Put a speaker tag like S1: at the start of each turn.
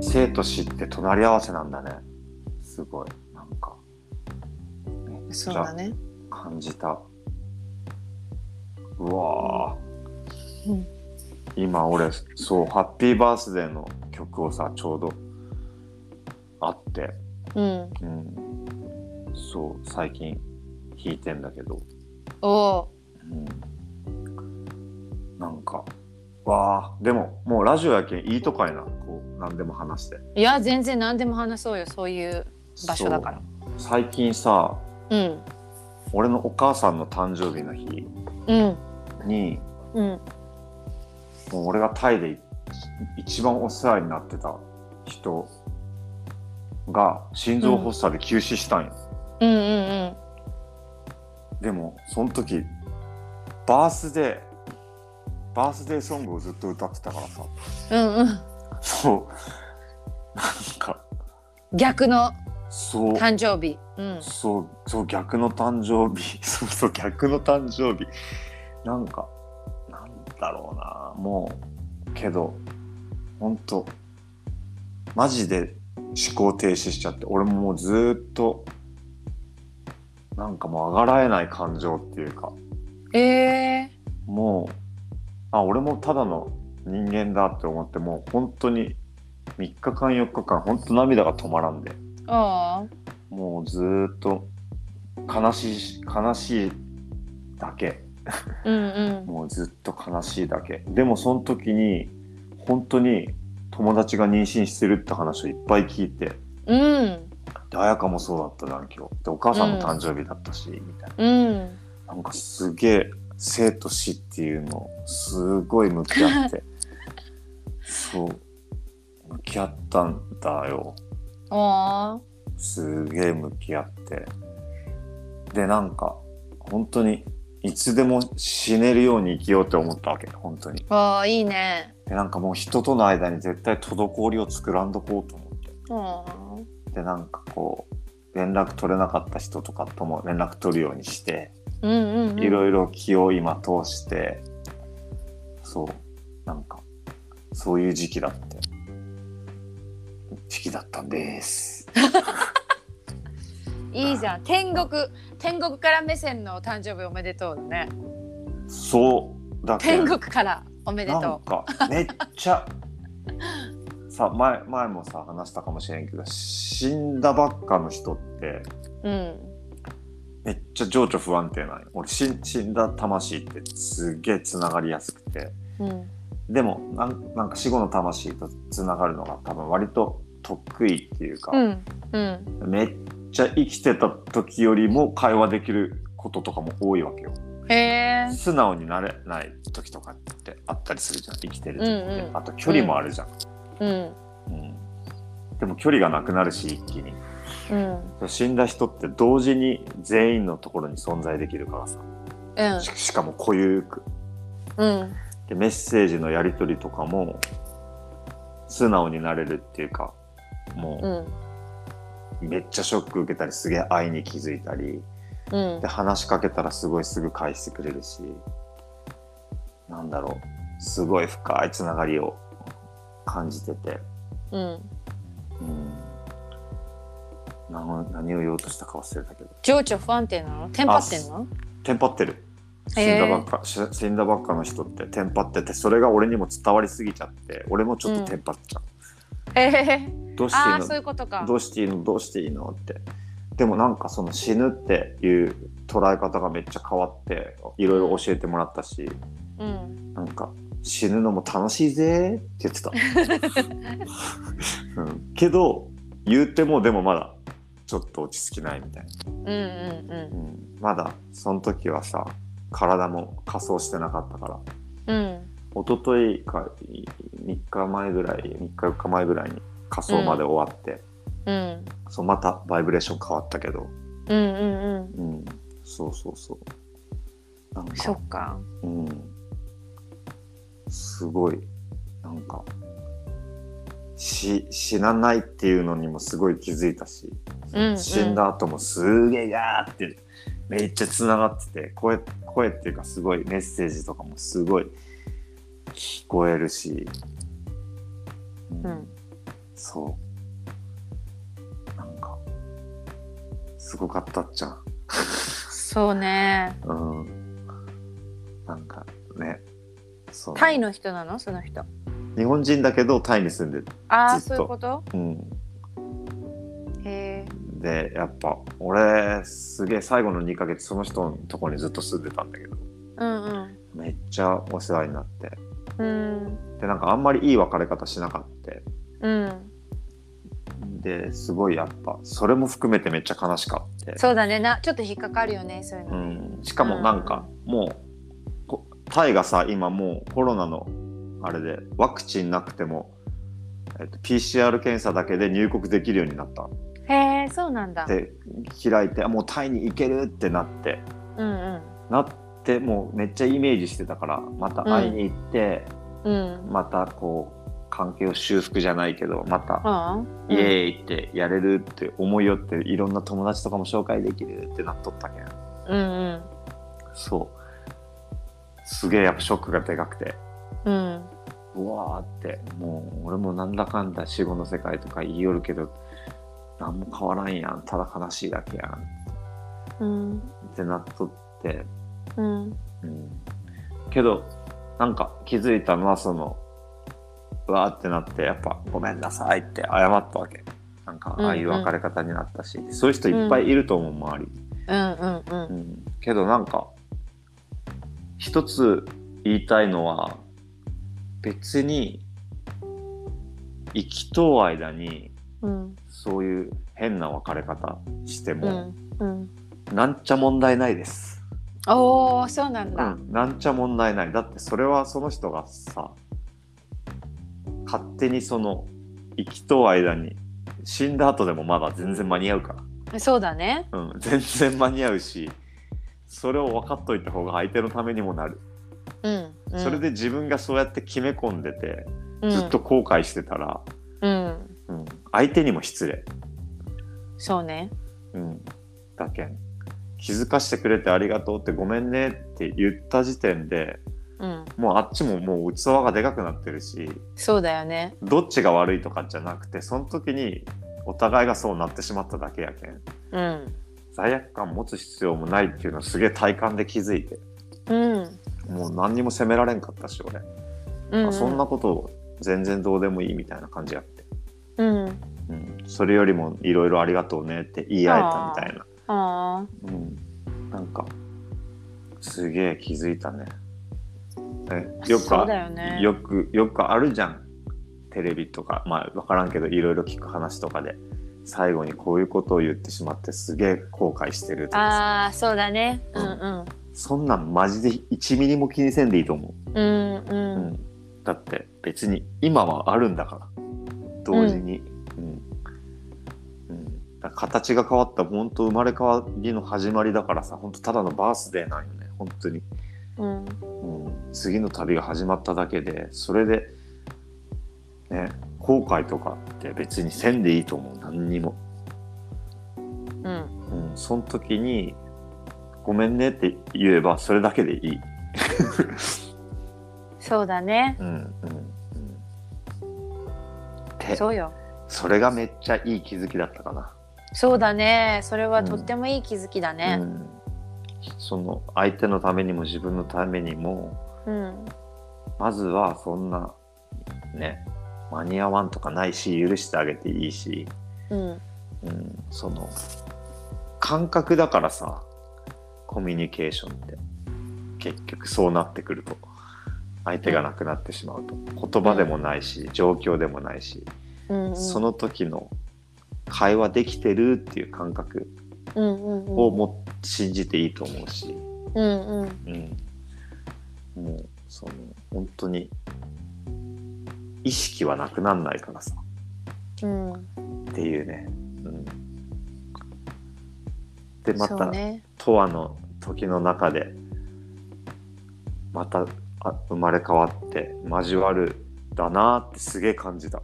S1: 生と死って隣り合わせなんだね。すごい。なんか、めっち
S2: そうだ
S1: ゃ
S2: ね。
S1: 感じた。うわぁ、
S2: うん
S1: 今俺、そう、ハッピーバースデーの曲をさ、ちょうどあって、
S2: うん。
S1: うん、そう、最近弾いてんだけど、
S2: おお
S1: うん、なんか、わあでも、もうラジオやけんいいとかいな、こう、何でも話して。
S2: ー。いや全然何でも話そうよそういう場所だから。
S1: そう最近さ
S2: うん
S1: 俺のお母さんの誕生日の日
S2: うん
S1: に
S2: うん。
S1: もう俺がタイでい一番お世話になってた人が心臓発作で急死したんよ、
S2: うんうん
S1: でもその時バースデーバースデーソングをずっと歌ってたからさ
S2: うんうんうん
S1: そうなんか
S2: 逆の
S1: そう
S2: 誕生日うん
S1: そうそう逆の誕生日 そうそう逆の誕生日なんかなんだろうなもうけどほんとマジで思考停止しちゃって俺ももうずーっとなんかもうあがらえない感情っていうか
S2: え
S1: もうあ俺もただの人間だって思ってもう本当に3日間4日間本当涙が止まらんで
S2: ー、ああ
S1: もうずーっと悲しいし悲しいだけ
S2: うんうん
S1: もうずっと悲しいだけでもその時に本当に友達が妊娠してるって話をいっぱい聞いて
S2: うん
S1: で彩香もそうだったな今日でお母さんの誕生日だったし、みたい
S2: うん
S1: ななんかすげえ生と死っていうのをすごい向き合ってそう向き合ったんだよ
S2: ああ
S1: すげえ向き合ってでなんか本当にいつでも死ねるように生きようって思ったわけ本当に
S2: ああいいね
S1: でなんかもう人との間に絶対滞りを作らんとこうと思っ
S2: あ
S1: てでなんかこう連絡取れなかった人とかとも連絡取るようにして
S2: ーうんうんうん
S1: いろいろ気を今通してそうなんかそういう時期だって時期だったんです
S2: いいじゃん天国天国から目線のお誕生日おめでとうだね
S1: そうだけ
S2: 天
S1: ど
S2: 国からおめで
S1: なん
S2: と
S1: かめっちゃさ前前もさ話したかもしれんけど死んだばっかの人って
S2: ううん
S1: めっちゃ情緒不安定なんよ俺死ん死んだ魂ってすげえつながりやすくて
S2: うん
S1: でもなんなんか死後の魂とつながるのが多分割と得意っていうか、
S2: うんうん
S1: めっちゃ生きてた時よりも会話できることとかも多いわけよ
S2: へえ
S1: 素直になれない時とかってあったりするじゃん生きてる時って、
S2: うんうん
S1: あと距離もあるじゃん
S2: うん
S1: うんでも距離がなくなるし一気に
S2: うん
S1: 死んだ人って同時に全員のところに存在できるからさ
S2: うん
S1: ししかも固有く
S2: うん
S1: でメッセージのやり取りとかも素直になれるっていうか
S2: う
S1: も
S2: ん
S1: うめっちゃショック受けたりすげえ愛に気づいたり
S2: うん
S1: で話しかけたらすごいすぐ返してくれるしなんだろうすごい深いつながりを感じてて
S2: うん
S1: うん何を何を言おうとしたか忘れたけど
S2: 情緒不安定なのテンパってんの
S1: テンパってる死
S2: へ
S1: ん
S2: ー
S1: だばっか、し死んだばっかの人ってテンパっててそれが俺にも伝わりすぎちゃって俺もちょっとテンパっちゃう、
S2: ええ
S1: どうしていい
S2: ああ
S1: の
S2: そういうことか
S1: どうしていいのどうしていいのってでもなんかその死ぬっていう捉え方がめっちゃ変わっていろいろ教えてもらったし
S2: うん
S1: なんか死ぬのも楽しいぜって言ってた、 うん、けど言うてもでもまだちょっと落ち着きないみたいな
S2: うんうん
S1: うんまだその時はさ体も仮装してなかったから
S2: うんうん
S1: 一昨日か3日前ぐらい3日4日前ぐらいに仮装まで終わって、
S2: うん
S1: そうまたバイブレーション変わったけど、
S2: うんうんうん
S1: うん、そうそうそうなんか
S2: そっか
S1: うん、すごいなんかし死なないっていうのにもすごい気づいたし、
S2: うんうん
S1: 死んだ後もすげえやーってめっちゃつながってて声声っていうかすごいメッセージとかもすごい聞こえるし、う
S2: うん
S1: そうなんかすごかったっちゃん
S2: そうね
S1: うんなんかねそう
S2: タイの人なのその人
S1: 日本人だけどタイに住んでる、
S2: ああ
S1: ずっと
S2: そういうこと
S1: うん、
S2: へえ
S1: でやっぱ俺すげえ最後の2ヶ月その人のとこにずっと住んでたんだけど
S2: うんうん
S1: めっちゃお世話になって
S2: うん
S1: でなんかあんまりいい別れ方しなかった
S2: うん
S1: ですごいやっぱそれも含めてめっちゃ悲しかった
S2: そうだねなちょっと引っかかるよねそういう
S1: う
S2: のね
S1: ん、しかもなんかもうこタイがさ今もうコロナのあれでワクチンなくても、えっと、PCR 検査だけで入国できるようになったっ
S2: へえそうなんだ
S1: て開いてあもうタイに行けるってなって
S2: うん
S1: なってもうめっちゃイメージしてたからまた会いに行って、
S2: うんうん
S1: またこう関係を修復じゃないけどまた
S2: うん
S1: イエーイってやれるって思いよっていろんな友達とかも紹介できるってなっとったけん
S2: うん
S1: そうすげえやっぱショックがでかくて
S2: うんうん
S1: うわーってもう俺もなんだかんだ死後の世界とか言いよるけど何も変わらんやんただ悲しいだけやん
S2: うん
S1: ってなっとって、
S2: うん
S1: うん、けどなんか気づいたのはそのうわーってなってやっぱごめんなさいって謝ったわけなんか
S2: うんうん
S1: ああいう別れ方になったし、そういう人いっぱいいると思う周り、
S2: うんうんうん
S1: うん、けどなんか一つ言いたいのは別に生きとう間に
S2: うん
S1: そういう変な別れ方して
S2: う
S1: も、
S2: んうん
S1: なんちゃ問題ないです、
S2: おおそうなん
S1: う
S2: だ
S1: ん、なんちゃ問題ないだってそれはその人がさ勝手にその生きとう間に死んだ後でもまだ全然間に合うから
S2: そうだね
S1: うん、全然間に合うしそれを分かっといた方が相手のためにもなる、
S2: うんうん
S1: それで自分がそうやって決め込んでて、
S2: うん
S1: ずっと後悔してたら、
S2: うん
S1: うん、相手にも失礼、
S2: そうね
S1: うん、だけん気づかしてくれてありがとうってごめんねって言った時点で
S2: うん
S1: もうあっちももう器がでかくなってるし
S2: そうだよね
S1: どっちが悪いとかじゃなくてその時にお互いがそうなってしまっただけやけん
S2: うん
S1: 罪悪感持つ必要もないっていうのをすげえ体感で気づいて
S2: うん
S1: もう何にも責められんかったし俺、
S2: うん
S1: あそんなこと全然どうでもいいみたいな感じやって、
S2: うん
S1: うん、それよりもいろいろありがとうねって言い合えたみたいな、
S2: あ
S1: うん、なんかすげえ気づいたねえ
S2: あ
S1: よく
S2: そう
S1: あ
S2: だよね
S1: よくよくあるじゃんテレビとかまあ分からんけどいろいろ聞く話とかで最後にこういうことを言ってしまってすげえ後悔してるとかさ
S2: あーそうだねうんうん
S1: そんなんマジで1ミリも気にせんでいいと思う
S2: うんうん、
S1: うん、だって別に今はあるんだから同時に、うんうんだから形が変わった本当生まれ変わりの始まりだからさ本当ただのバースデーなんよね本当に、
S2: うん
S1: うん、次の旅が始まっただけでそれでね後悔とかって別にせんでいいと思う何にも、
S2: うん、
S1: うん、その時にごめんねって言えばそれだけでいい
S2: そうだね
S1: うんうんうんって
S2: そうよ
S1: それがめっちゃいい気づきだったかな。
S2: そうだねそれはとってもいい気づきだね
S1: うん、その相手のためにも自分のためにも
S2: うん
S1: まずはそんなね間に合わんとかないし許してあげていいし、
S2: うん
S1: うん、その感覚だからさコミュニケーションって結局そうなってくると相手がなくなってしまうと言葉でもないし状況でもないし
S2: うんうん
S1: その時の会話できてるっていう感覚
S2: うんうんうん
S1: をも信じていいと思うし、
S2: うんうん
S1: うん、もうその本当に意識はなくなんないからさ
S2: うん
S1: っていうね、うん、でま
S2: そう
S1: た
S2: ね
S1: 「とわ、の時の中でまたあ生まれ変わって交わるだなーってすげえ感じた